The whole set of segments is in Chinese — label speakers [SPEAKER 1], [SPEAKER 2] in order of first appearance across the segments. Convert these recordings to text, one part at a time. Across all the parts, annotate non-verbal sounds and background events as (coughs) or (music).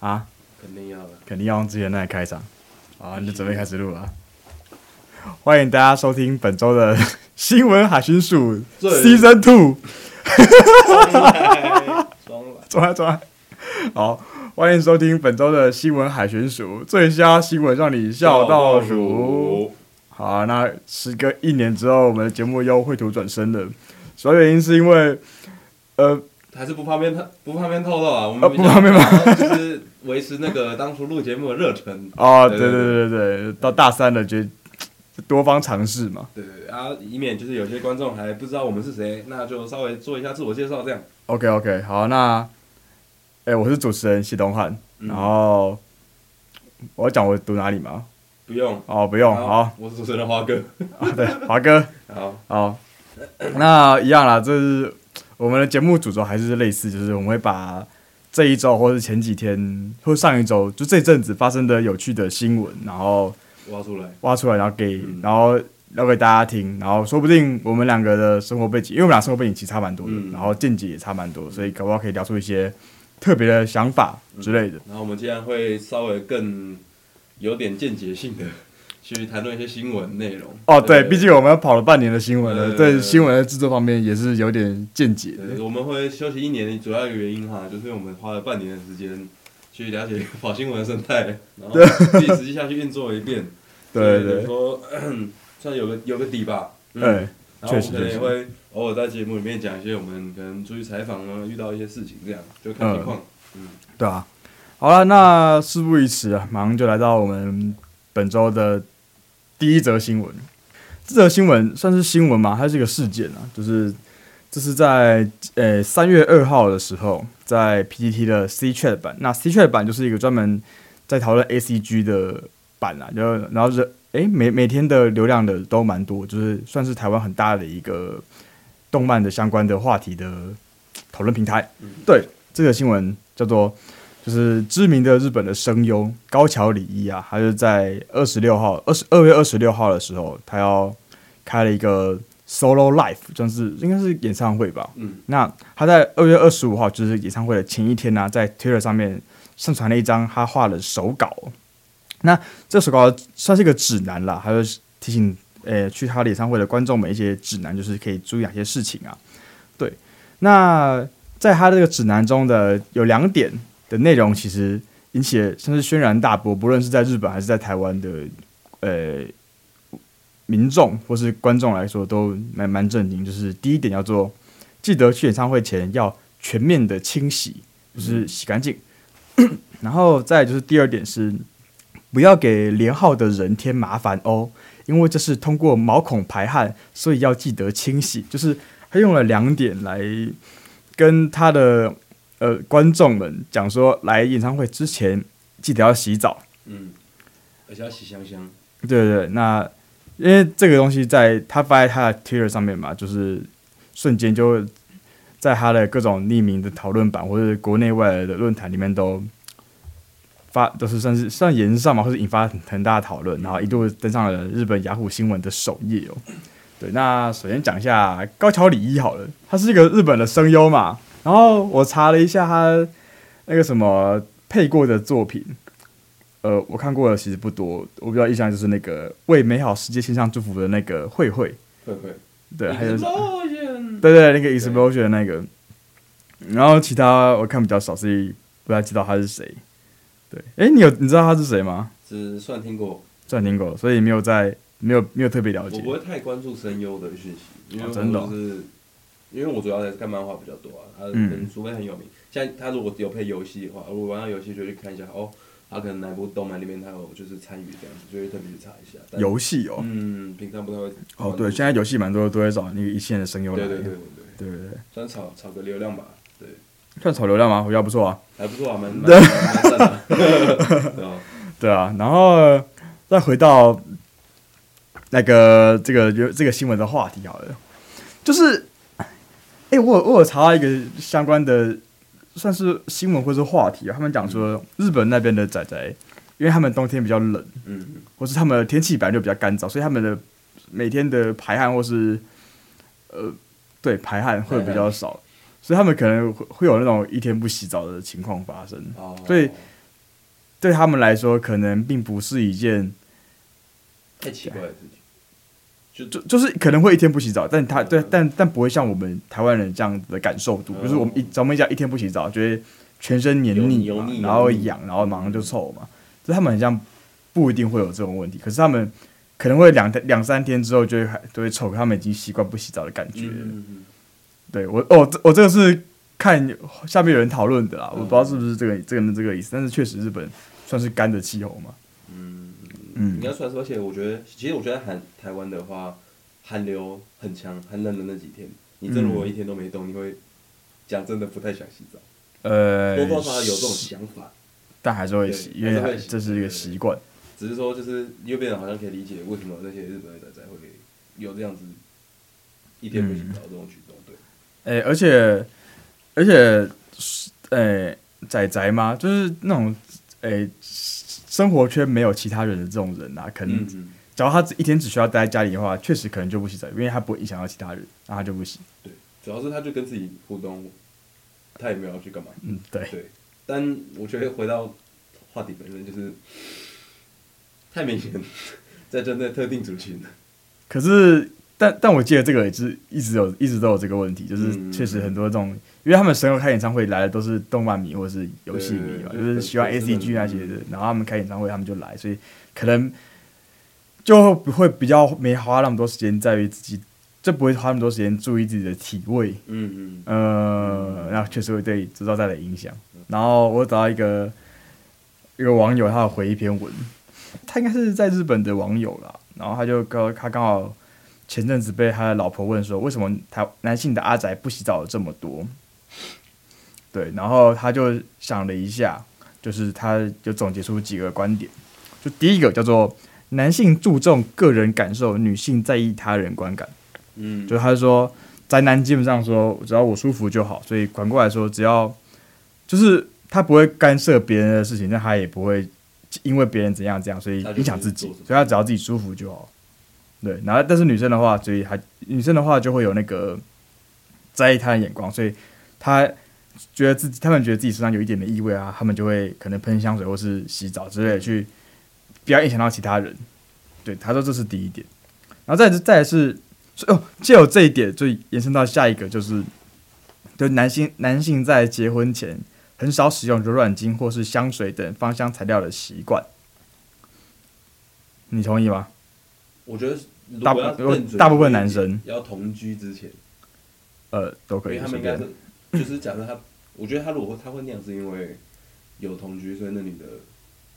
[SPEAKER 1] 啊，
[SPEAKER 2] 肯定 (laughs) 要的。
[SPEAKER 1] 肯定要用之前那个开场。好，那就准备开始录了。欢迎大家收听本周的 (laughs) 新闻海巡署
[SPEAKER 2] 对
[SPEAKER 1] Season Two，
[SPEAKER 2] 哎装了，
[SPEAKER 1] 抓抓。好，欢迎收听本周的新闻海巡署最瞎新闻，让你笑到数。。好啊、那时隔一年之后，我们的节目又绘图转身了。主要原因是因为，呃，
[SPEAKER 2] 还是不方便透，不方便透露啊。我
[SPEAKER 1] 啊
[SPEAKER 2] 们
[SPEAKER 1] 不方便
[SPEAKER 2] 吗？ (laughs) 就是维持那个当初录节目的热忱。
[SPEAKER 1] 哦，对对
[SPEAKER 2] 对
[SPEAKER 1] 对
[SPEAKER 2] 对
[SPEAKER 1] 对对，到大三了，觉得多方尝试嘛。
[SPEAKER 2] 对对对啊，以免就是有些观众还不知道我们是谁，那就稍微做一下自我介绍这样。
[SPEAKER 1] OK OK，好，那，哎、我是主持人谢东汉，
[SPEAKER 2] 嗯
[SPEAKER 1] 然后我要讲我读哪里吗？
[SPEAKER 2] 不用。
[SPEAKER 1] 哦，不用，好，，
[SPEAKER 2] 我是主持人花哥。
[SPEAKER 1] 啊对，华哥，
[SPEAKER 2] 好，
[SPEAKER 1] 好，那一样啦，这是我们的节目主轴还是类似，就是我们会把这一周或是前几天或是上一周就这阵子发生的有趣的新闻，然后
[SPEAKER 2] 挖出来。
[SPEAKER 1] 挖出来，然后给
[SPEAKER 2] 嗯
[SPEAKER 1] 然后聊给大家听，然后说不定我们两个的生活背景，因为我们俩生活背景其实差蛮多的，
[SPEAKER 2] 嗯
[SPEAKER 1] 然后见解也差蛮多，所以搞不好可以聊出一些特别的想法
[SPEAKER 2] 嗯
[SPEAKER 1] 之类的。
[SPEAKER 2] 然后我们今天会稍微更有点间接性的去谈论一些新闻内容。
[SPEAKER 1] 哦，对，毕竟我们跑了半年的新闻了，
[SPEAKER 2] 对
[SPEAKER 1] 对新闻的制作方面也是有点见解的。
[SPEAKER 2] 对，我们会休息一年，主要一个原因哈，就是我们花了半年的时间去了解跑新闻的生态，然后自己实际下去运作一遍。
[SPEAKER 1] (laughs) 对
[SPEAKER 2] 所以
[SPEAKER 1] 对
[SPEAKER 2] 你
[SPEAKER 1] 对，
[SPEAKER 2] 说嗯算有个有个底吧。嗯
[SPEAKER 1] 对，
[SPEAKER 2] 然后我
[SPEAKER 1] 确实
[SPEAKER 2] 们可能也
[SPEAKER 1] 确实
[SPEAKER 2] 会偶尔在节目里面讲一些我们可能出去采访啊，遇到一些事情这样，就看情况。
[SPEAKER 1] 对啊。好了，那事不宜迟啊，马上就来到我们本周的第一则新闻。这则新闻算是新闻吗？它是一个事件啊，就是这是在呃三月二号的时候，在 PTT 的 C Chat 版。那 C Chat 版就是一个专门在讨论 ACG 的版啊，就然后是诶每每天的流量的都蛮多，就是算是台湾很大的一个动漫的相关的话题的讨论平台。
[SPEAKER 2] 嗯
[SPEAKER 1] 对，这个新闻叫做就是知名的日本的声优高桥李依啊，他就在二十六号、二十二月二十六号的时候，他要开了一个 solo live，算是应该是演唱会吧。
[SPEAKER 2] 嗯
[SPEAKER 1] 那他在二月二十五号，就是演唱会的前一天呢、啊在 Twitter 上面上传了一张他画的手稿。那这手稿算是一个指南啦，他就提醒呃去他的演唱会的观众们一些指南，就是可以注意哪些事情啊。对，那在他这个指南中的有两点的内容，其实引起了像是轩然大波，不论是在日本还是在台湾的呃民众或是观众来说，都蛮蛮震惊。就是第一点叫做记得去演唱会前要全面的清洗，就是洗干净。 (coughs) 然后再就是第二点是，不要给连号的人添麻烦哦，因为这是通过毛孔排汗，所以要记得清洗。就是他用了两点来跟他的呃观众们讲说，来演唱会之前记得要洗澡。
[SPEAKER 2] 嗯，而且要洗香香。
[SPEAKER 1] 对对对，那因为这个东西在他发在他的 Twitter 上面嘛，就是瞬间就在他的各种匿名的讨论版或者国内外的论坛里面都发，都是算是算言上嘛，或是引发很很大的讨论，然后一度登上了日本雅虎新闻的首页哦。对，那首先讲一下高桥李依好了，他是一个日本的声优嘛，然后我查了一下他那个什么配过的作品，呃，我看过的其实不多，我比较印象就是那个为美好世界献上祝福的那个慧慧，
[SPEAKER 2] 会会。
[SPEAKER 1] 对，还有
[SPEAKER 2] Explosion
[SPEAKER 1] 对对，那个 explosion 的那个，然后其他我看比较少，所以不太知道他是谁。对，诶，你有你知道他是谁吗？
[SPEAKER 2] 只算听过，
[SPEAKER 1] 算听过，所以没有在没有没有特别了
[SPEAKER 2] 我
[SPEAKER 1] 解
[SPEAKER 2] 不。会太关注声优的讯息，因为
[SPEAKER 1] 哦
[SPEAKER 2] 我
[SPEAKER 1] 真的哦
[SPEAKER 2] 就是、因为我主要在看漫画比较多啊，他可
[SPEAKER 1] 嗯
[SPEAKER 2] 能除非很有名，像他如果有配游戏的话，如果玩到游戏就去看一下哦，他可能哪部动漫里面他有就是参与这样子，就会特别去查一下。但
[SPEAKER 1] 游戏哦，
[SPEAKER 2] 嗯，平常不太会关注。
[SPEAKER 1] 哦对，现在游戏蛮多都会找那个一线的声优来，
[SPEAKER 2] 对对对对对，
[SPEAKER 1] 对对对
[SPEAKER 2] 算炒炒个流量吧，对，
[SPEAKER 1] 算炒流量吗？我觉得不错啊。
[SPEAKER 2] 还不错啊，蛮蛮
[SPEAKER 1] (laughs)
[SPEAKER 2] 蛮蛮赞的， (laughs) 对吧？
[SPEAKER 1] 对啊，然后再回到那个这个这个新闻的话题好了，就是，哎、我有我有查到一个相关的算是新闻或是话题啊，他们讲说日本那边的仔仔，因为他们冬天比较冷，
[SPEAKER 2] 嗯，
[SPEAKER 1] 或是他们的天气本来就比较干燥，所以他们的每天的排汗或是呃对排汗会比较少，所以他们可能会会有那种一天不洗澡的情况发生。
[SPEAKER 2] 哦，
[SPEAKER 1] 对对他们来说可能并不是一件，
[SPEAKER 2] 太奇怪的事情。
[SPEAKER 1] 就就是可能会一天不洗澡，但
[SPEAKER 2] 嗯
[SPEAKER 1] 他对但但不会像我们台湾人这样子的感受度，就是我们一咱们一家一天不洗澡，觉得全身黏腻
[SPEAKER 2] 油
[SPEAKER 1] 嘛
[SPEAKER 2] 腻油腻，
[SPEAKER 1] 然后痒，然后马上就臭嘛。就他们很像不一定会有这种问题，可是他们可能会两两三天之后就会还都会臭，可他们已经习惯不洗澡的感觉了。
[SPEAKER 2] 嗯嗯
[SPEAKER 1] 对我哦，这我这个是看下面有人讨论的啦，我不知道
[SPEAKER 2] 嗯
[SPEAKER 1] 是不是这个这个这个意思，但是确实日本算是干的气候嘛。
[SPEAKER 2] 嗯，
[SPEAKER 1] 嗯
[SPEAKER 2] 应该算是，而且我觉得，其实我觉得韩台湾的话，寒流很强，寒冷的那几天，你真如果一天都没动，你会讲真的不太想洗澡。
[SPEAKER 1] 呃
[SPEAKER 2] 多，多少少有这种想法，
[SPEAKER 1] 但还是会洗，因
[SPEAKER 2] 对还是
[SPEAKER 1] 为
[SPEAKER 2] 会洗
[SPEAKER 1] 这是一个习惯。
[SPEAKER 2] 只是说就是又变得好像可以理解为什么那些日本的仔仔会有这样子一天不洗澡这种举动，对，
[SPEAKER 1] 诶、哎而且而且，诶、仔仔嘛，就是那种诶、生活圈没有其他人的这种人啊，可能、
[SPEAKER 2] 嗯嗯，
[SPEAKER 1] 只要他只一天只需要待在家里的话，确实可能就不洗澡，因为他不会影响到其他人，那他就不洗。
[SPEAKER 2] 对，主要是他就跟自己互动，他也没有要去干嘛，
[SPEAKER 1] 嗯，对，
[SPEAKER 2] 对，但我觉得回到话题本身就是太明显，在针对特定族群了，
[SPEAKER 1] 可是，但但我记得这个也是一直有一直都有这个问题，就是
[SPEAKER 2] 嗯
[SPEAKER 1] 确实很多这种，因为他们神友开演唱会来的都是动漫迷或者是游戏迷嘛，
[SPEAKER 2] 对
[SPEAKER 1] 就是喜欢
[SPEAKER 2] 对
[SPEAKER 1] A
[SPEAKER 2] 对
[SPEAKER 1] C
[SPEAKER 2] 真
[SPEAKER 1] G
[SPEAKER 2] 的
[SPEAKER 1] 那些的
[SPEAKER 2] 嗯，
[SPEAKER 1] 然后他们开演唱会他们就来，所以可能就不会比较没花那么多时间在于自己，就不会花那么多时间注意自己的体味，
[SPEAKER 2] 嗯嗯，
[SPEAKER 1] 呃，那确实会对制造带来影响。然后我找到一个一个网友，他有回一篇文，他应该是在日本的网友啦。然后他就刚他刚好前阵子被他的老婆问说，为什么台男性的阿宅不洗澡有这么多？对，然后他就想了一下，就是他就总结出几个观点，就第一个叫做男性注重个人感受，女性在意他人观感。
[SPEAKER 2] 嗯，
[SPEAKER 1] 就他就说宅男基本上说只要我舒服就好，所以反过来说，只要就是他不会干涉别人的事情，但他也不会因为别人怎样怎样，所以影响自己，
[SPEAKER 2] 他就
[SPEAKER 1] 所
[SPEAKER 2] 是
[SPEAKER 1] 以他只要自己舒服就好。对，然后但是女生的话，所以还女生的话就会有那个在意他人眼光，所以他觉得自己，他们觉得自己身上有一点的异味啊，他们就会可能喷香水或是洗澡之类的，去不要影响到其他人。对，他说这是第一点，然后再来是再来是，所以哦，借由这一点，就延伸到下一个，就是就是男性男性在结婚前很少使用柔软巾或是香水等芳香材料的习惯，你同意吗？
[SPEAKER 2] 我觉得如
[SPEAKER 1] 大
[SPEAKER 2] 果
[SPEAKER 1] 部
[SPEAKER 2] 要
[SPEAKER 1] 如果
[SPEAKER 2] 更准
[SPEAKER 1] 大部分
[SPEAKER 2] 确一
[SPEAKER 1] 男
[SPEAKER 2] 点
[SPEAKER 1] 生
[SPEAKER 2] 要同居之前，
[SPEAKER 1] 呃，都可
[SPEAKER 2] 因
[SPEAKER 1] 以
[SPEAKER 2] 为他，
[SPEAKER 1] 随
[SPEAKER 2] 们应该
[SPEAKER 1] 便
[SPEAKER 2] 是，就是假设他，我觉得他如果他会那样，是因为有同居，所以那女的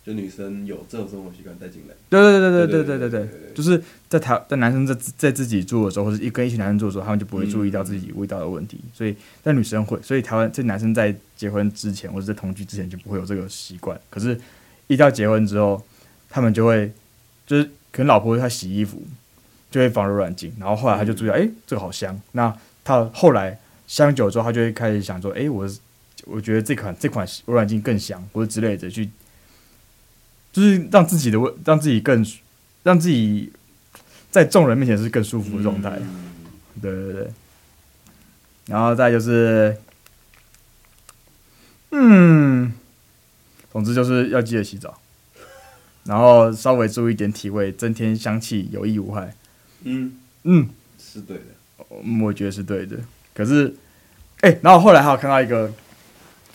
[SPEAKER 2] 就女生有这种生活习惯带进来。
[SPEAKER 1] 对对对对对
[SPEAKER 2] 对
[SPEAKER 1] 对
[SPEAKER 2] 对
[SPEAKER 1] 对
[SPEAKER 2] 对
[SPEAKER 1] 对，就是在台在男生在自在自己住的时候，或者一跟一群男生住的时候，他们就不会注意到自己味道的问题，所以但女生会，所以台湾这男生在结婚之前或者在同居之前就不会有这个习惯，可是，一到结婚之后，他们就会就是可能老婆她洗衣服就会放柔软巾，然后后来他就注意到，哎、这个好香，那他后来香久之后，他就会开始想说，哎、我我觉得这款这款柔软巾更香，或者之类的去。就是让自己的味，让自己更让自己在众人面前是更舒服的状态。
[SPEAKER 2] 嗯
[SPEAKER 1] 对对对。然后再就是，嗯，总之就是要记得洗澡，然后稍微注意一点体味，增添香气，有益无害。
[SPEAKER 2] 嗯，
[SPEAKER 1] 嗯，
[SPEAKER 2] 是对的。
[SPEAKER 1] 嗯我觉得是对的。可是，哎、然后后来还有看到一个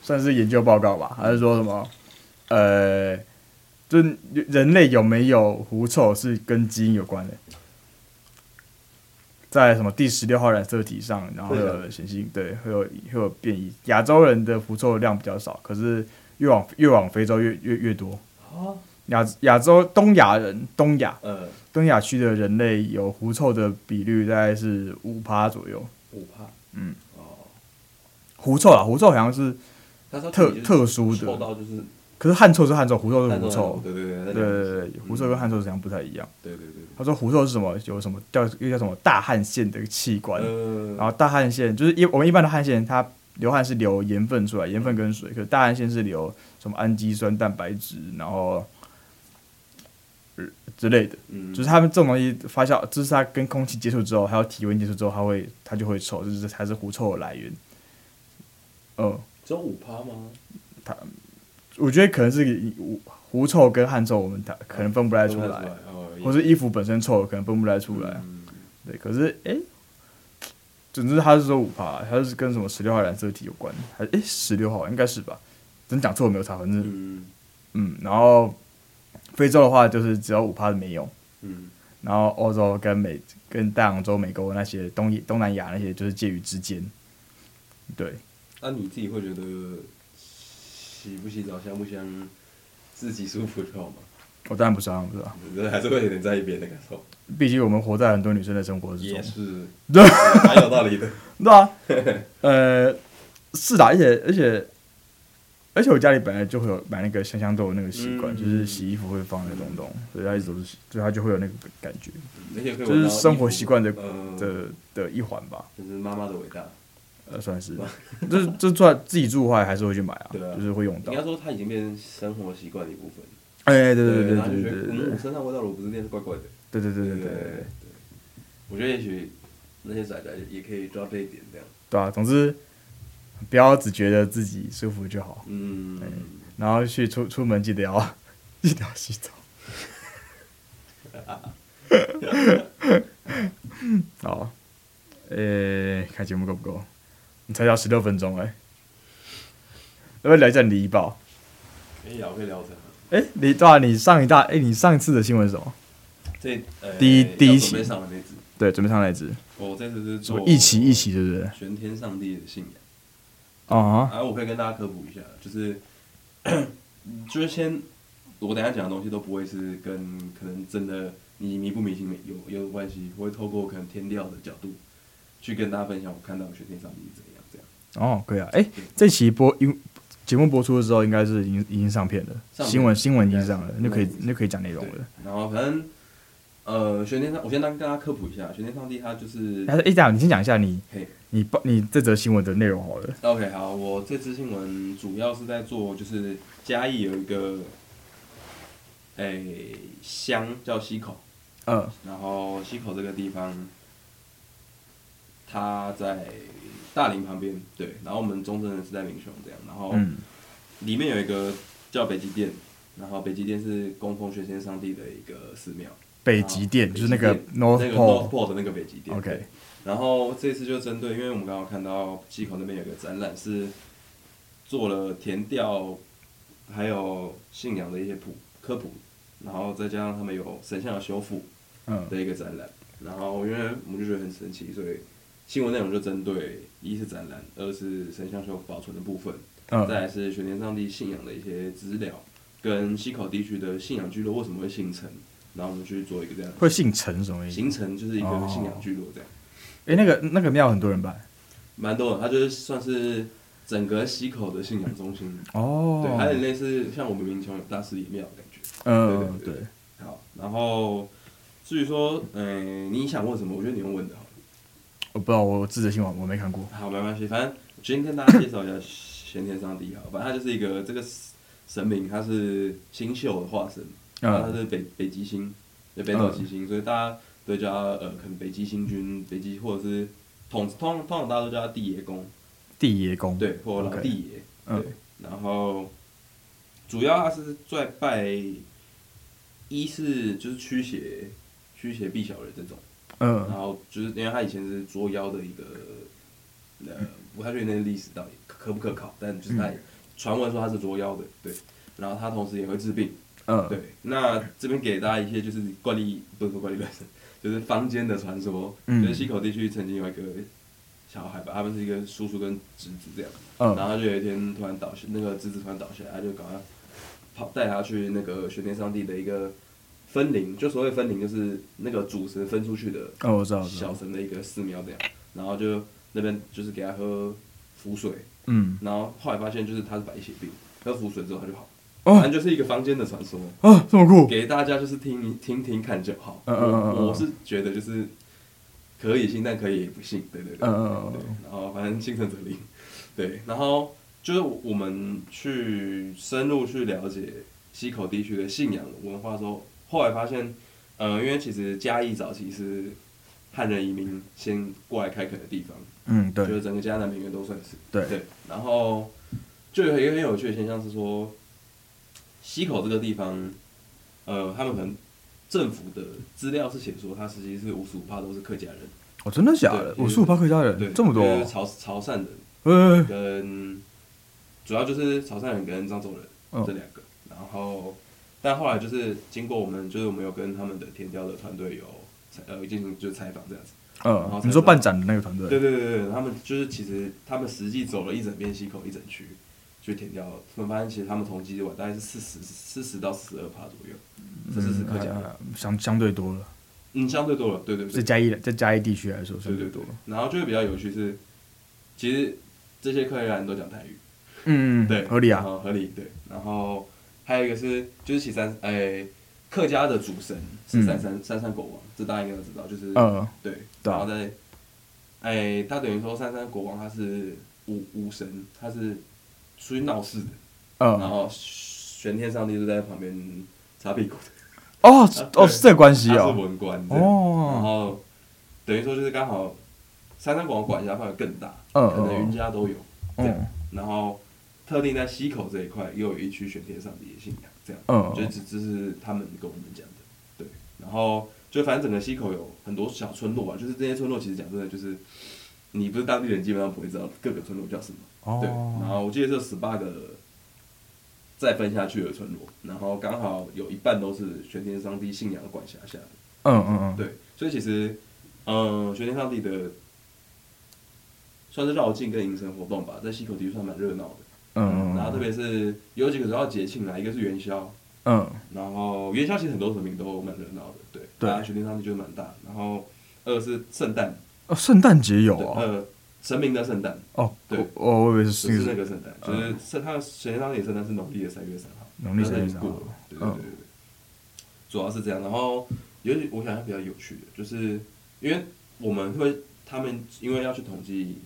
[SPEAKER 1] 算是研究报告吧，还是说什么，呃，就是人类有没有狐臭是跟基因有关的，在什么第十六号染色体上，然后会有显性，对，会有会有变异。亚洲人的狐臭量比较少，可是越往越往非洲越越越多。
[SPEAKER 2] 啊，
[SPEAKER 1] 亚亚洲东亚人，东亚
[SPEAKER 2] 呃，
[SPEAKER 1] 东亚区的人类有狐臭的比率大概是五趴左右。
[SPEAKER 2] 我怕。
[SPEAKER 1] 嗯。
[SPEAKER 2] 哦，
[SPEAKER 1] 狐臭啦，狐臭好像嗯是
[SPEAKER 2] 他说
[SPEAKER 1] 特特殊
[SPEAKER 2] 臭
[SPEAKER 1] 的，
[SPEAKER 2] 到就是
[SPEAKER 1] 可是汗臭是汗臭，狐臭是狐
[SPEAKER 2] 那
[SPEAKER 1] 臭
[SPEAKER 2] 种。对对对，
[SPEAKER 1] 对
[SPEAKER 2] 那
[SPEAKER 1] 嗯
[SPEAKER 2] 两个
[SPEAKER 1] 对对，对狐臭跟汗臭实际上不太一样。
[SPEAKER 2] 对对对。
[SPEAKER 1] 他说狐臭是什么？有什么叫又叫什么大汗腺的器官？
[SPEAKER 2] 呃，
[SPEAKER 1] 然后大汗腺就是一我们一般的汗腺，它流汗是流盐分出来，盐分跟水，可是大汗腺是流什么氨基酸、蛋白质，然后。呃之类的，
[SPEAKER 2] 嗯，
[SPEAKER 1] 就是它们这种东西发酵，就是它跟空气接触之后，还有体温接触之后，它会它就会臭，这就是才是狐臭的来源。嗯，
[SPEAKER 2] 只有五趴吗？
[SPEAKER 1] 我觉得可能是以五狐臭跟汗臭我们打可能分不太出
[SPEAKER 2] 看
[SPEAKER 1] 来，
[SPEAKER 2] 哦也
[SPEAKER 1] 或是衣服本身臭可能分不太出来。
[SPEAKER 2] 嗯
[SPEAKER 1] 对，可是诶，总之他是说五趴，他是跟什么十六号染色体有关，还诶十六号应该是吧？真讲错了没有查，反正
[SPEAKER 2] 嗯
[SPEAKER 1] 嗯，然后非洲的话就是只有五趴的没有，
[SPEAKER 2] 嗯
[SPEAKER 1] 然后欧洲跟美跟大洋洲、美国那些东亚东南亚那些就是介于之间。对，
[SPEAKER 2] 那、啊你自己会觉得洗不洗澡、香不香，自己舒服就好嘛？
[SPEAKER 1] 我当然不是啊，不是啊，
[SPEAKER 2] 人还是会有点在意别人的感受，
[SPEAKER 1] 毕竟我们活在很多女生的生活之中
[SPEAKER 2] 也。是
[SPEAKER 1] 对
[SPEAKER 2] 蛮有道理
[SPEAKER 1] (laughs)
[SPEAKER 2] 的。
[SPEAKER 1] 对
[SPEAKER 2] (laughs)
[SPEAKER 1] 啊，呃，是的，而且而且而且我家里本来就会有买那个香香豆的那个习惯，
[SPEAKER 2] 嗯
[SPEAKER 1] 就是洗衣服会放那种东，所以它一直都是，所以它就会有那个感觉
[SPEAKER 2] 那些会
[SPEAKER 1] 就
[SPEAKER 2] 闻
[SPEAKER 1] 是
[SPEAKER 2] 到
[SPEAKER 1] 生
[SPEAKER 2] 衣
[SPEAKER 1] 活
[SPEAKER 2] 服
[SPEAKER 1] 习惯的
[SPEAKER 2] 呃，
[SPEAKER 1] 的的一环吧，
[SPEAKER 2] 就是妈妈的伟大。
[SPEAKER 1] 呃，算
[SPEAKER 2] (laughs)
[SPEAKER 1] 是，这这出来自己住的话还是会去买啊，
[SPEAKER 2] 对啊
[SPEAKER 1] 就是会用到
[SPEAKER 2] 应，该说它已经变成生活习惯的一部分。
[SPEAKER 1] 哎，对对对
[SPEAKER 2] 然后就
[SPEAKER 1] 对
[SPEAKER 2] 觉得
[SPEAKER 1] 对
[SPEAKER 2] 嗯，我
[SPEAKER 1] 对
[SPEAKER 2] 身上味道如果不是那样是怪怪的。
[SPEAKER 1] 对对对对对
[SPEAKER 2] 对
[SPEAKER 1] 对。
[SPEAKER 2] 我觉得也许那些仔仔也可以抓这一点，这样。
[SPEAKER 1] 对啊，总之不要只觉得自己舒服就好，
[SPEAKER 2] 嗯，
[SPEAKER 1] 然后去出出门记得要 (laughs) 记得要洗澡。 (laughs) 好，呃、看节目够不够？你才聊十六分钟哎、要不要聊一下你的医保？
[SPEAKER 2] 可以聊，可以聊成。
[SPEAKER 1] 哎、你对啊，你上一大哎、你上一次的新闻是什么？
[SPEAKER 2] 这呃，
[SPEAKER 1] 第一
[SPEAKER 2] 要
[SPEAKER 1] 第一
[SPEAKER 2] 准备
[SPEAKER 1] 期
[SPEAKER 2] 上的那只，
[SPEAKER 1] 对，准备上那一支，
[SPEAKER 2] 哦我这次是
[SPEAKER 1] 什么
[SPEAKER 2] 做
[SPEAKER 1] 一起一起，对不对？
[SPEAKER 2] 玄天上帝的信仰。
[SPEAKER 1] 啊、
[SPEAKER 2] 啊，我可以跟大家科普一下，就是 (coughs) 就是先，我等一下讲的东西都不会是跟可能真的你迷不迷信有有关系，我会透过可能天调的角度去跟大家分享我看到的玄天上帝是怎样这样。
[SPEAKER 1] 哦，可以啊。哎、这期播因节目播出的时候，应该是已经已经上片了，
[SPEAKER 2] 上片
[SPEAKER 1] 新闻新闻已经上了，
[SPEAKER 2] 应
[SPEAKER 1] 那
[SPEAKER 2] 该是
[SPEAKER 1] 可以
[SPEAKER 2] 嗯
[SPEAKER 1] 那可以讲内容
[SPEAKER 2] 对
[SPEAKER 1] 了。，
[SPEAKER 2] 然后反正呃，玄天上，我先当跟大家科普一下，玄天上帝他就是
[SPEAKER 1] 但是哎，这样你先讲一下你
[SPEAKER 2] 嘿
[SPEAKER 1] 你报你这则新闻的内容好了。
[SPEAKER 2] OK，好，我这支新闻主要是在做，就是嘉义有一个，诶、乡叫溪口，
[SPEAKER 1] 嗯
[SPEAKER 2] 然后溪口这个地方，它在大林旁边，对，然后我们中正的是在民雄这样，然后
[SPEAKER 1] 嗯
[SPEAKER 2] 里面有一个叫北极殿，然后北极殿是供奉玄天上帝的一个寺庙，
[SPEAKER 1] 北极殿
[SPEAKER 2] 啊北
[SPEAKER 1] 就
[SPEAKER 2] 极
[SPEAKER 1] 是那个
[SPEAKER 2] 殿那
[SPEAKER 1] North
[SPEAKER 2] 个 North
[SPEAKER 1] Pole。
[SPEAKER 2] Pole 的那个北极殿。对
[SPEAKER 1] OK，
[SPEAKER 2] 然后这次就针对，因为我们刚刚看到溪口那边有个展览是做了填调，还有信仰的一些普科普，然后再加上他们有神像的修复
[SPEAKER 1] 嗯
[SPEAKER 2] 的一个展览。然后因为我们就觉得很神奇，所以新闻内容就针对一是展览，二是神像修保存的部分，再
[SPEAKER 1] 嗯
[SPEAKER 2] 来是玄天上帝信仰的一些资料，跟溪口地区的信仰聚落为什么会形成，然后我们去做一个这样的
[SPEAKER 1] 会姓陈什么意思？
[SPEAKER 2] 形成就是一个
[SPEAKER 1] 哦
[SPEAKER 2] 信仰聚落这样。
[SPEAKER 1] 哎，那个那个庙很多人拜
[SPEAKER 2] 蛮多的，它就是算是整个溪口的信仰中心，对，还有
[SPEAKER 1] 哦。
[SPEAKER 2] 类似像我们民雄有大师爷庙的感觉。
[SPEAKER 1] 嗯
[SPEAKER 2] 对对
[SPEAKER 1] 对，
[SPEAKER 2] 好，然后至于说，嗯、你想问什么？我觉得你用问的好了。
[SPEAKER 1] 我不知道我自则新闻我没看过。
[SPEAKER 2] 好，没关系，反正今天跟大家介绍一下玄天上帝好，反正他就是一个这个神明，他是星宿的化身，然后
[SPEAKER 1] 嗯
[SPEAKER 2] 他是北北极星，就北斗七星，所以大家都叫他呃，可能北极星君、北极或者是统通通常大家都叫他地爷公，
[SPEAKER 1] 地爷公。
[SPEAKER 2] 对，或老
[SPEAKER 1] OK
[SPEAKER 2] 地爷。
[SPEAKER 1] 嗯
[SPEAKER 2] 对，然后主要他是在拜，一是就是驱邪、驱邪避小人这种，然
[SPEAKER 1] 嗯
[SPEAKER 2] 后就是因为他以前是捉妖的一个，呃，我不太确定那个历史到底可不可靠，但就是
[SPEAKER 1] 嗯
[SPEAKER 2] 他也传闻说他是捉妖的，对，然后他同时也会治病，对
[SPEAKER 1] 嗯，，
[SPEAKER 2] 那这边给大家一些就是惯例，不是 (laughs) 说惯例本身，就是坊间的传说，
[SPEAKER 1] 嗯
[SPEAKER 2] 就是溪口地区曾经有一个小孩吧，他们是一个叔叔跟侄子这样，
[SPEAKER 1] 嗯
[SPEAKER 2] 然后他就有一天突然倒下，那个侄子突然倒下来，他就赶快跑带他去那个玄天上帝的一个分灵，就所谓分灵就是那个主神分出去的
[SPEAKER 1] 哦，我知道，我知
[SPEAKER 2] 小
[SPEAKER 1] 道。
[SPEAKER 2] 神的一个寺庙这样，然后就那边就是给他喝符水，
[SPEAKER 1] 嗯
[SPEAKER 2] 然后后来发现就是他是白血病，喝符水之后他就好，
[SPEAKER 1] 哦
[SPEAKER 2] 反正就是一个坊间的传说。
[SPEAKER 1] 啊，这么酷。
[SPEAKER 2] 给大家就是听一听听看就好。
[SPEAKER 1] 嗯嗯嗯嗯嗯
[SPEAKER 2] 我我是觉得就是可以信，但可以不信，对对对。
[SPEAKER 1] 嗯嗯嗯
[SPEAKER 2] 对，然后反正信任者灵，对，然后就是我们去深入去了解溪口地区的信仰文化之后，后来发现，呃，因为其实嘉义早期是汉人移民先过来开垦的地方，
[SPEAKER 1] 嗯
[SPEAKER 2] 就
[SPEAKER 1] 对
[SPEAKER 2] 是整个嘉南平原都算是。
[SPEAKER 1] 对
[SPEAKER 2] 对，然后就有一个很有趣的现象是说，溪口这个地方，呃，他们可能政府的资料是写说，它实际是五十五帕都是客家人，
[SPEAKER 1] 哦，真的假的？
[SPEAKER 2] 对
[SPEAKER 1] 五十五趴客家
[SPEAKER 2] 对，
[SPEAKER 1] 人这么多
[SPEAKER 2] 就是潮潮汕人
[SPEAKER 1] 哦？呃，
[SPEAKER 2] 跟主要就是潮汕人跟漳州人、
[SPEAKER 1] 哦
[SPEAKER 2] 这两个，然后但后来就是经过我们，就是我们有跟他们的田调的团队有采呃进行就是采访这样子。然后
[SPEAKER 1] 嗯，
[SPEAKER 2] 才
[SPEAKER 1] 你说办展的那个团队，
[SPEAKER 2] 对对对对，他们就是其实他们实际走了一整片溪口一整区，去填掉，他们发现其实他们统计完大概是四十四十到四十二趴左右，这是是
[SPEAKER 1] 嗯，
[SPEAKER 2] 客家人，
[SPEAKER 1] 还相相对多了，
[SPEAKER 2] 嗯，相对多了，对对
[SPEAKER 1] 在
[SPEAKER 2] 对，
[SPEAKER 1] 嘉义在嘉义地区来说
[SPEAKER 2] 对
[SPEAKER 1] 相
[SPEAKER 2] 对
[SPEAKER 1] 对
[SPEAKER 2] 对
[SPEAKER 1] 多了。。
[SPEAKER 2] 然后就会比较有趣是，其实这些客家人都讲台语，
[SPEAKER 1] 嗯，嗯
[SPEAKER 2] 对，
[SPEAKER 1] 合理
[SPEAKER 2] 然
[SPEAKER 1] 啊。
[SPEAKER 2] 后合理对，然后还有一个是就是其实三哎客家的主神
[SPEAKER 1] 嗯
[SPEAKER 2] 是三山三山国王，这大家应该都知道，就是
[SPEAKER 1] 呃，
[SPEAKER 2] 对，
[SPEAKER 1] 对啊
[SPEAKER 2] 然后在，哎、他等于说三山国王他是武武神，他是出去闹事的，然
[SPEAKER 1] 呃，
[SPEAKER 2] 后玄天上帝就在旁边擦屁股，
[SPEAKER 1] 哦
[SPEAKER 2] 对
[SPEAKER 1] 哦，是这个关系
[SPEAKER 2] 他是
[SPEAKER 1] 哦。
[SPEAKER 2] 文官，对然
[SPEAKER 1] 哦，
[SPEAKER 2] 后等于说就是刚好三山国王管辖范围更大，
[SPEAKER 1] 嗯
[SPEAKER 2] 可能
[SPEAKER 1] 嗯
[SPEAKER 2] 云家都有，这样
[SPEAKER 1] 嗯
[SPEAKER 2] 然后特定在溪口这一块又有一区玄天上帝的信仰，这样。
[SPEAKER 1] 嗯，
[SPEAKER 2] 就只只是他们跟我们讲的，对。然后就反正整个溪口有很多小村落啊，就是这些村落其实讲真的就是，你不是当地人基本上不会知道各个村落叫什么，对。然
[SPEAKER 1] 哦，
[SPEAKER 2] 后我记得这十八个再分下去的村落，然后刚好有一半都是玄天上帝信仰的管辖下的，
[SPEAKER 1] 嗯嗯嗯，
[SPEAKER 2] 对。所以其实，嗯、玄天上帝的算是绕境跟迎神活动吧，在溪口地区算蛮热闹的。
[SPEAKER 1] 嗯嗯，
[SPEAKER 2] 然后特别是有几个主要节庆啊，一个是元宵，
[SPEAKER 1] 嗯
[SPEAKER 2] 然后元宵其实很多神明都蛮热闹的，对，
[SPEAKER 1] 对
[SPEAKER 2] 大家群体上面就是蛮大。然后二是圣诞，
[SPEAKER 1] 哦，圣诞节有
[SPEAKER 2] 对，
[SPEAKER 1] 哦。
[SPEAKER 2] 呃，神明的圣诞，
[SPEAKER 1] 哦，
[SPEAKER 2] 对
[SPEAKER 1] 我哦，我以为
[SPEAKER 2] 不
[SPEAKER 1] 是
[SPEAKER 2] 是那
[SPEAKER 1] 个
[SPEAKER 2] 个圣诞，就是圣他神上帝的圣诞是农历的三月三号，
[SPEAKER 1] 农历三月三号嗯
[SPEAKER 2] 那已经过了，对对对对对，主要是这样。然后有我想要比较有趣的，就是因为我们会他们因为要去统计。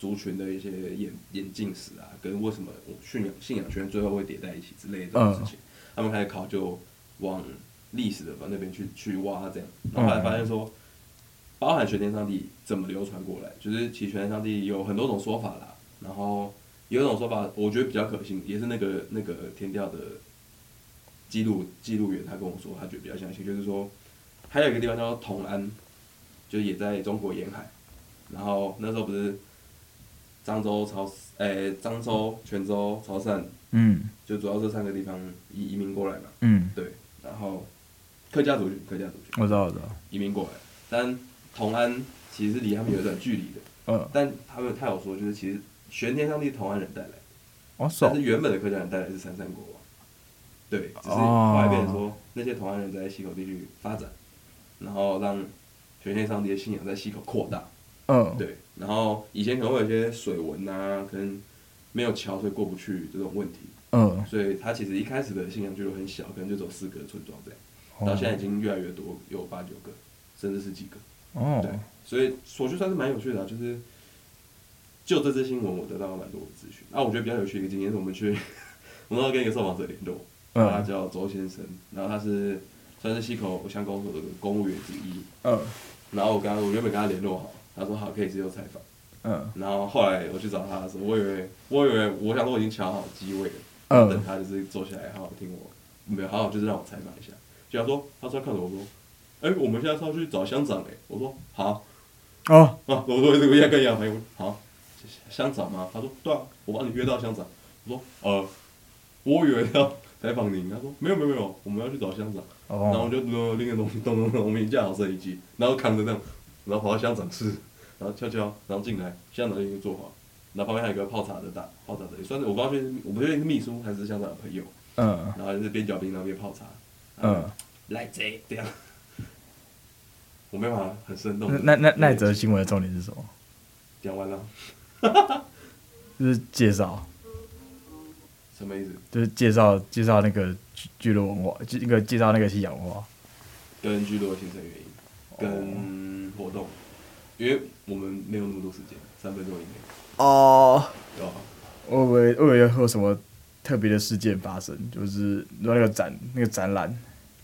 [SPEAKER 2] 族群的一些演演进史啊，跟为什么信仰信仰圈最后会叠在一起之类的这
[SPEAKER 1] 嗯
[SPEAKER 2] 种事情，他们开始考究往历史的那边去去挖这样，然后后来发现说，包含玄天上帝怎么流传过来，就是其实玄天上帝有很多种说法啦，然后有一种说法我觉得比较可信，也是那个那个天调的记录记录员他跟我说，他觉得比较相信，就是说还有一个地方叫同安，就是也在中国沿海，然后那时候不是漳州潮诶漳州、泉州、潮汕，
[SPEAKER 1] 嗯
[SPEAKER 2] 就主要这三个地方移移民过来嘛。
[SPEAKER 1] 嗯，
[SPEAKER 2] 对，然后客家族群，客家族群
[SPEAKER 1] 我知道我知道，
[SPEAKER 2] 移民过来，但同安其实离他们有一段距离的，
[SPEAKER 1] 嗯，
[SPEAKER 2] 但他们他有说就是其实玄天上帝同安人带来的，
[SPEAKER 1] 哦是
[SPEAKER 2] 但
[SPEAKER 1] 哦
[SPEAKER 2] 是原本的客家人带来的是三山国王，对，只是
[SPEAKER 1] 哦
[SPEAKER 2] 后来变成说那些同安人在西口地区发展，然后让玄天上帝的信仰在西口扩大，
[SPEAKER 1] 嗯，
[SPEAKER 2] 对，然后以前可能会有一些水文啊，可能没有桥所以过不去这种问题，
[SPEAKER 1] 嗯，
[SPEAKER 2] 所以他其实一开始的信仰聚落很小，可能就走四个村庄这样。
[SPEAKER 1] 哦
[SPEAKER 2] 到现在已经越来越多，有八九个，甚至十几个。对
[SPEAKER 1] 哦，，
[SPEAKER 2] 所以所去算是蛮有趣的啊、就是就这次新闻，我得到了蛮多的资讯。那、我觉得比较有趣的一个经验是，我们去， (laughs) 我那时候跟一个受访者联络，他
[SPEAKER 1] 嗯
[SPEAKER 2] 叫周先生，然后他是算是西口乡公所的公务员之一。
[SPEAKER 1] 嗯
[SPEAKER 2] 然后我刚我原本跟他联络好，他说好可以接受采访。
[SPEAKER 1] 嗯
[SPEAKER 2] 然后后来我去找他的时候，我以为我以为我想说我已经瞧好机位了，然后等
[SPEAKER 1] 嗯，
[SPEAKER 2] 他就是坐下来好好听我，没有好好就是让我采访一下。就他说他说他看着我说，哎、我们现在是要去找乡长哎、我说好
[SPEAKER 1] 哦
[SPEAKER 2] 啊，我说我现在跟杨培问好乡长吗？他说对啊，我帮你约到乡长。我说呃，我以为要采访您，他说没有没有没有，我们要去找乡长。然后我
[SPEAKER 1] 哦，
[SPEAKER 2] 就拎拎个东西，咚咚咚，我们已经架好摄影机，然后扛着那样，然后跑到乡长室，然后悄悄，然后进来，乡长就已经做好，然后旁边还有一个泡茶的大泡茶的，也算是我不知道是我不确定是秘书还是乡长的朋友，
[SPEAKER 1] 嗯
[SPEAKER 2] 然后就是边嚼槟榔边泡茶，
[SPEAKER 1] 嗯，
[SPEAKER 2] 来这这样，我没办法很生动。
[SPEAKER 1] 那那那则新闻的重点是什么？
[SPEAKER 2] 讲完了，
[SPEAKER 1] 就是介绍，
[SPEAKER 2] 什么意思？
[SPEAKER 1] 就是介绍介绍那个聚聚落文化，就那个介绍那个西洋文化。
[SPEAKER 2] 跟居多的形成原因，
[SPEAKER 1] 哦
[SPEAKER 2] 跟活动，因为我们没有那么多时间，三分钟以内，
[SPEAKER 1] 哦，
[SPEAKER 2] 对吧？
[SPEAKER 1] 我以为我以为会有什么特别的事件发生，就是那个展那个展览，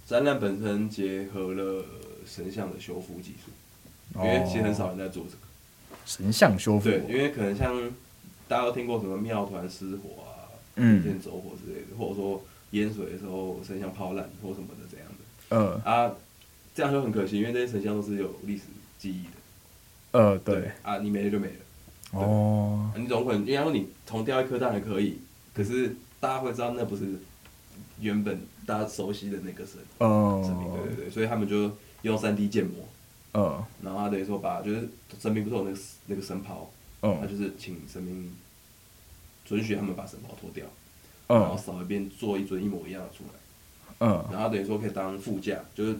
[SPEAKER 2] 展览本身结合了神像的修复技术，
[SPEAKER 1] 哦
[SPEAKER 2] 因为其实很少人在做这个。
[SPEAKER 1] 神像修复，
[SPEAKER 2] 对，因为可能像大家都听过什么庙团失火啊、
[SPEAKER 1] 嗯
[SPEAKER 2] 电走火之类的，或者说淹水的时候神像泡烂或什么的这样的
[SPEAKER 1] 呃
[SPEAKER 2] 啊，这样就很可惜，因为这些神像都是有历史记忆的。
[SPEAKER 1] 呃，对，
[SPEAKER 2] 啊，你没了就没了，啊
[SPEAKER 1] 哦，
[SPEAKER 2] 你总不能，因为他说你重掉一颗蛋还可以，可是大家会知道那不是原本大家熟悉的那个神神明，
[SPEAKER 1] 呃，
[SPEAKER 2] 对对对，所以他们就用三 D 建模，
[SPEAKER 1] 呃，
[SPEAKER 2] 然后他等于说把就是神明不是有那个那个神袍，他
[SPEAKER 1] 嗯，
[SPEAKER 2] 就是请神明准许他们把神袍脱掉，然后
[SPEAKER 1] 嗯，
[SPEAKER 2] 扫一遍做一尊一模一样的出来，
[SPEAKER 1] 嗯，
[SPEAKER 2] 然后等于说可以当副驾，就是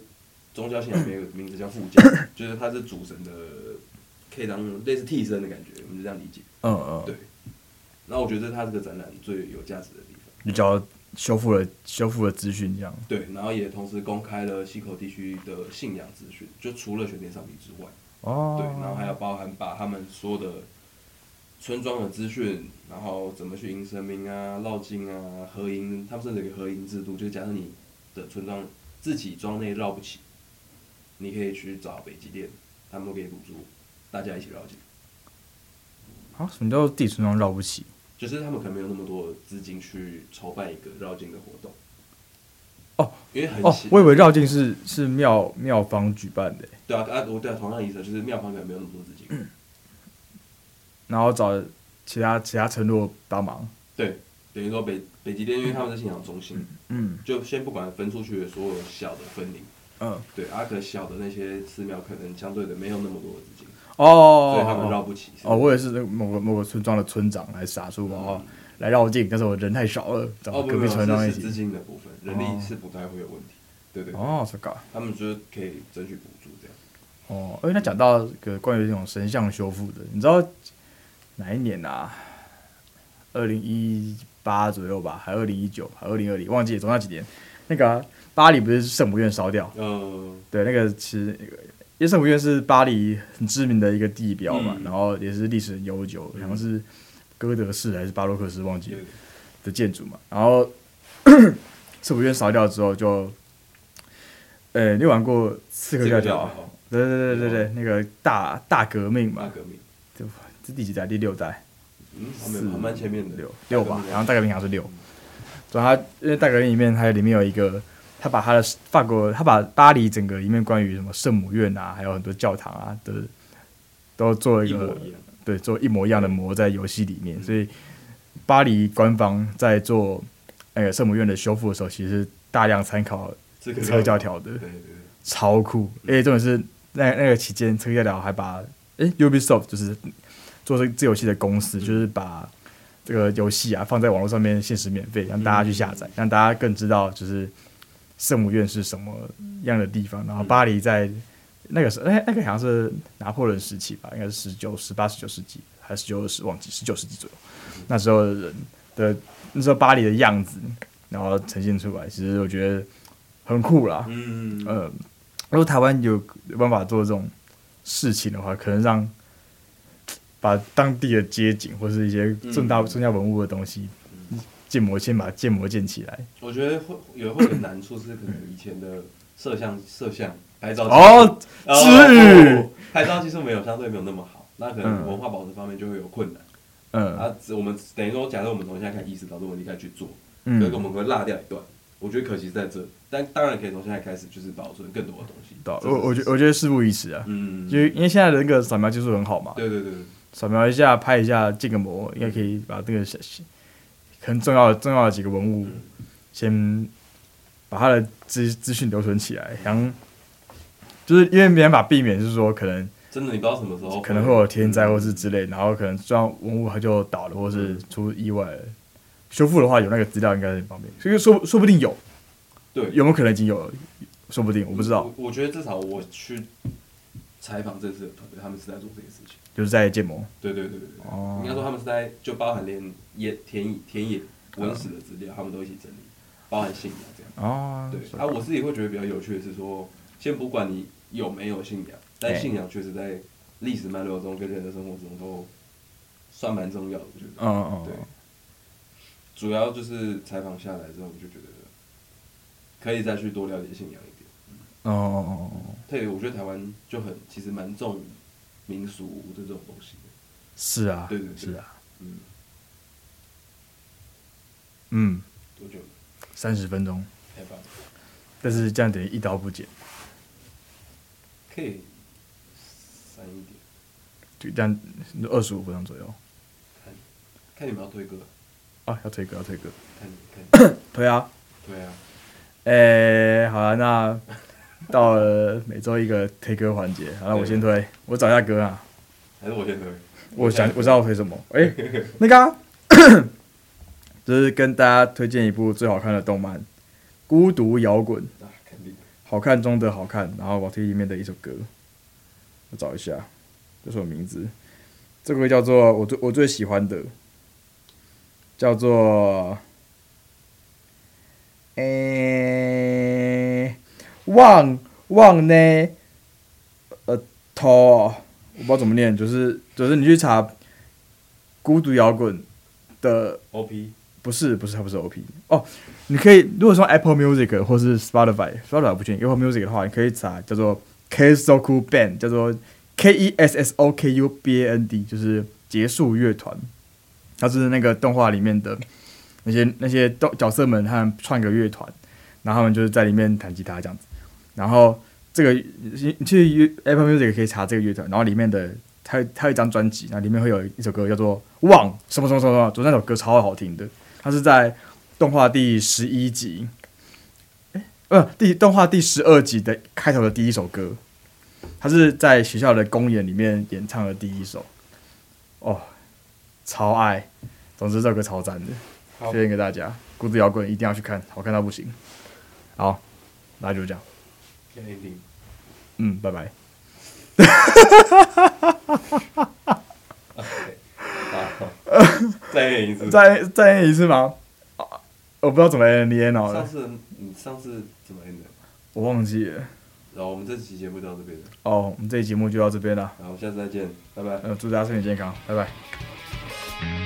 [SPEAKER 2] 宗教信仰里面有个名字叫副驾，就是他是主神的，可以当类似替身的感觉，我们就这样理解。
[SPEAKER 1] 嗯，
[SPEAKER 2] 对，然后我觉得这是他这个展览最有价值的地方。
[SPEAKER 1] 比较修复了修复了资讯这样，
[SPEAKER 2] 对，然后也同时公开了溪口地区的信仰资讯，就除了玄天上帝之外，
[SPEAKER 1] 哦，
[SPEAKER 2] 对，然后还有包含把他们所有的村庄的资讯，然后怎么去迎神明啊、绕境啊、合营，他们甚至有个合营制度，就是假设你的村庄自己庄内绕不起，你可以去找北极店，他们会给你补助，大家一起绕境。
[SPEAKER 1] 啊，什么叫地村庄绕不起？
[SPEAKER 2] 就是他们可能没有那么多资金去筹办一个绕境的活动。
[SPEAKER 1] 哦，
[SPEAKER 2] 因为很
[SPEAKER 1] 哦
[SPEAKER 2] 奇，
[SPEAKER 1] 我以为绕境是是庙庙方举办的，
[SPEAKER 2] 对啊啊，我对啊，同样的意思就是庙方可能没有那么多资金。
[SPEAKER 1] 嗯然后找其他其他村落帮忙，
[SPEAKER 2] 对，等于说北北极店，因为他们是信仰中心，
[SPEAKER 1] 嗯
[SPEAKER 2] 就先不管分出去的所有小的分灵。
[SPEAKER 1] 嗯，
[SPEAKER 2] 对，啊，可小的那些寺庙可能相对的没有那么多的资金，所以他们绕
[SPEAKER 1] 哦，
[SPEAKER 2] 不起。
[SPEAKER 1] 哦，我也是那个某个某个村庄的村长来撒出
[SPEAKER 2] 嗯
[SPEAKER 1] 嘛，哦，来绕境，但是我人太少了，找
[SPEAKER 2] 哦，不
[SPEAKER 1] 隔
[SPEAKER 2] 不
[SPEAKER 1] 壁
[SPEAKER 2] 不，
[SPEAKER 1] 村庄
[SPEAKER 2] 是
[SPEAKER 1] 一
[SPEAKER 2] 是资
[SPEAKER 1] 起，
[SPEAKER 2] 金的部分，人力是不太会有问题。对对，对
[SPEAKER 1] 哦，是搞。
[SPEAKER 2] 他们就是可以争取补助这样。
[SPEAKER 1] 哦，而且他讲到这个关于这种神像修复的，你知道哪一年啊？二零一八左右吧，还二零一九，还二零二零，忘记了总共那几年。那个啊、巴黎不是圣母院烧掉？
[SPEAKER 2] 呃，
[SPEAKER 1] 对，那个其实因为圣母院是巴黎很知名的一个地标嘛，
[SPEAKER 2] 嗯
[SPEAKER 1] 然后也是历史很悠久，好像是哥德式还是巴洛克式，忘记了。
[SPEAKER 2] 有点
[SPEAKER 1] 的建筑嘛，然后 (coughs) 圣母院烧掉之后就，呃，你有玩过《刺客教条》啊
[SPEAKER 2] 刺客教条？
[SPEAKER 1] 对对对对对，那个大大革命
[SPEAKER 2] 大
[SPEAKER 1] 嘛，
[SPEAKER 2] 革命。
[SPEAKER 1] 就这第几代？第六代，
[SPEAKER 2] 嗯，还蛮还蛮前面的
[SPEAKER 1] 六六吧，然后大
[SPEAKER 2] 概
[SPEAKER 1] 革命好像是六。然后他因为大革命里面还有里面有一个，他把他的法国，他把巴黎整个里面关于什么圣母院啊，还有很多教堂啊的，都做了一
[SPEAKER 2] 一
[SPEAKER 1] 个
[SPEAKER 2] 模一样。
[SPEAKER 1] 对，做一模一样的模在游戏里
[SPEAKER 2] 嗯
[SPEAKER 1] 面，所以巴黎官方在做那个圣母院的修复的时候，其实大量参考
[SPEAKER 2] 这个
[SPEAKER 1] 《刺客教条》的
[SPEAKER 2] 对，对对，
[SPEAKER 1] 超酷。而且重点是那那个期间，《刺客教条》还把诶 Ubisoft 就是做这这游戏的公司，就是把这个游戏啊放在网络上面限时免费，让大家去下载，让大家更知道就是圣母院是什么样的地方。然后巴黎在那个时候，哎、那个好像是拿破仑时期吧，应该是十九、十八、十九世纪，还是十九、二十，忘记十九世纪左右。那时候的人的那时候巴黎的样子，然后呈现出来，其实我觉得很酷啦。
[SPEAKER 2] 嗯，
[SPEAKER 1] 呃，如果台湾有有办法做这种事情的话，可能让把当地的街景或是一些重大
[SPEAKER 2] 嗯
[SPEAKER 1] 重要文物的东西
[SPEAKER 2] 嗯
[SPEAKER 1] 建模，先把建模建起来。
[SPEAKER 2] 我觉得会有会有个难处是，可能以前的摄像摄像拍照
[SPEAKER 1] 哦，是
[SPEAKER 2] 哦拍照技术没有相对没有那么好，那可能
[SPEAKER 1] 嗯
[SPEAKER 2] 文化保存方面就会有困难。
[SPEAKER 1] 嗯
[SPEAKER 2] 啊，只我们等于说，假设我们从现在开始意识到这个问题，开始去做，
[SPEAKER 1] 嗯
[SPEAKER 2] 所以我们会落掉一段。我觉得可惜在这，但当然可以从现在开始就是保存更多的东西。
[SPEAKER 1] 对啊
[SPEAKER 2] 这是
[SPEAKER 1] 我我觉我觉得事不宜迟啊，
[SPEAKER 2] 嗯，
[SPEAKER 1] 就因为现在的那个扫描技术很好嘛，
[SPEAKER 2] 对对对，
[SPEAKER 1] 扫描一下拍一下建个模，应该可以把这个小很重要的重要的几个文物
[SPEAKER 2] 嗯
[SPEAKER 1] 先把它的资资讯留存起来，然后就是因为没办法避免，就是说可能。
[SPEAKER 2] 真的你不知道什么时候嗯
[SPEAKER 1] 可能会有天灾或是之类，然后可能这样文物它就倒了，或是出意外了。修复的话，有那个资料应该很方便，所以说说不定有，
[SPEAKER 2] 对
[SPEAKER 1] 有没有可能已经有了？说不定我不知道，
[SPEAKER 2] 我。我觉得至少我去采访这次的团队，他们是在做这件事情。
[SPEAKER 1] 就是在建模。
[SPEAKER 2] 对对对对对，
[SPEAKER 1] 哦
[SPEAKER 2] 应该说他们是在就包含连野田野田野文史的资料，他们都一起整理，包含信仰这样。
[SPEAKER 1] 哦，
[SPEAKER 2] 对，啊，我自己会觉得比较有趣的是说，先不管你有没有信仰，但
[SPEAKER 1] 哎
[SPEAKER 2] 信仰确实在历史脉络中跟人的生活中都算蛮重要的，我觉得。
[SPEAKER 1] 嗯嗯
[SPEAKER 2] 对
[SPEAKER 1] 嗯，
[SPEAKER 2] 主要就是采访下来之后，我就觉得可以再去多了解信仰一点。
[SPEAKER 1] 哦哦哦，
[SPEAKER 2] 特别我觉得台湾就很其实蛮重民俗这种东西的，嗯
[SPEAKER 1] 是啊，
[SPEAKER 2] 对对对
[SPEAKER 1] 是啊，
[SPEAKER 2] 嗯，
[SPEAKER 1] 嗯，
[SPEAKER 2] 我觉得
[SPEAKER 1] 三十分钟，
[SPEAKER 2] 太棒了，
[SPEAKER 1] 但是这样等于一刀不剪，
[SPEAKER 2] 可以删一点，
[SPEAKER 1] 就这样二十五分钟左右。
[SPEAKER 2] 看看你们要推歌，
[SPEAKER 1] 啊，要推歌，要推歌，
[SPEAKER 2] 看你看，
[SPEAKER 1] 推啊！
[SPEAKER 2] 对啊，
[SPEAKER 1] 诶、好了，那到了每周一个推歌环节，好了，我
[SPEAKER 2] 对
[SPEAKER 1] 先推，我找一下歌啊，
[SPEAKER 2] 还是我先推，
[SPEAKER 1] 我想我知道我推什么，诶、那个、啊， (coughs) 就是跟大家推荐一部最好看的动漫《孤独摇滚》，
[SPEAKER 2] 啊，肯定，
[SPEAKER 1] 好看中的好看，然后我推里面的一首歌，我找一下，这首名字，这个叫做我最我最喜欢的，叫做，诶、忘忘呢，呃，头，我不知道怎么念，就是就是你去查孤独摇滚的
[SPEAKER 2] OP
[SPEAKER 1] 不是不是，它不是 OP 哦。你可以如果说 Apple Music 或是 Spotify，Spotify 不确定，Apple Music 的话，你可以查叫做 k s o k u Band，叫做 K E S S O K U B A N D，就是结束乐团。它是那个动画里面的那些那些动角色们，他们创一个乐团，然后他们就是在里面弹吉他这样子。然后这个你你去 Apple Music 可以查这个乐团，然后里面的它有它有一张专辑，然后里面会有一首歌叫做《忘什么什么什么什么》，就那首歌超好听的。它是在动画第十一集，哎、不，第动画第十二集的开头的第一首歌，它是在学校的公演里面演唱的第一首，哦，超爱。总之这首歌超赞的，
[SPEAKER 2] 好
[SPEAKER 1] 推荐给大家。孤独摇滚一定要去看，好看到不行。好，那就这样，
[SPEAKER 2] 肯定，
[SPEAKER 1] 嗯，拜拜。
[SPEAKER 2] 好，啊 (laughs) 再练一次，
[SPEAKER 1] 再再念一次吗？啊，我不知道怎么念好
[SPEAKER 2] 上
[SPEAKER 1] 了，
[SPEAKER 2] 次你上次怎么练的？
[SPEAKER 1] 我忘记了。
[SPEAKER 2] 然后我们这期节目就到这边了，
[SPEAKER 1] 哦，我们这期节目就到这边了。
[SPEAKER 2] 然后下次再见，拜拜。
[SPEAKER 1] 呃，祝大家身体健康，拜拜。
[SPEAKER 3] 「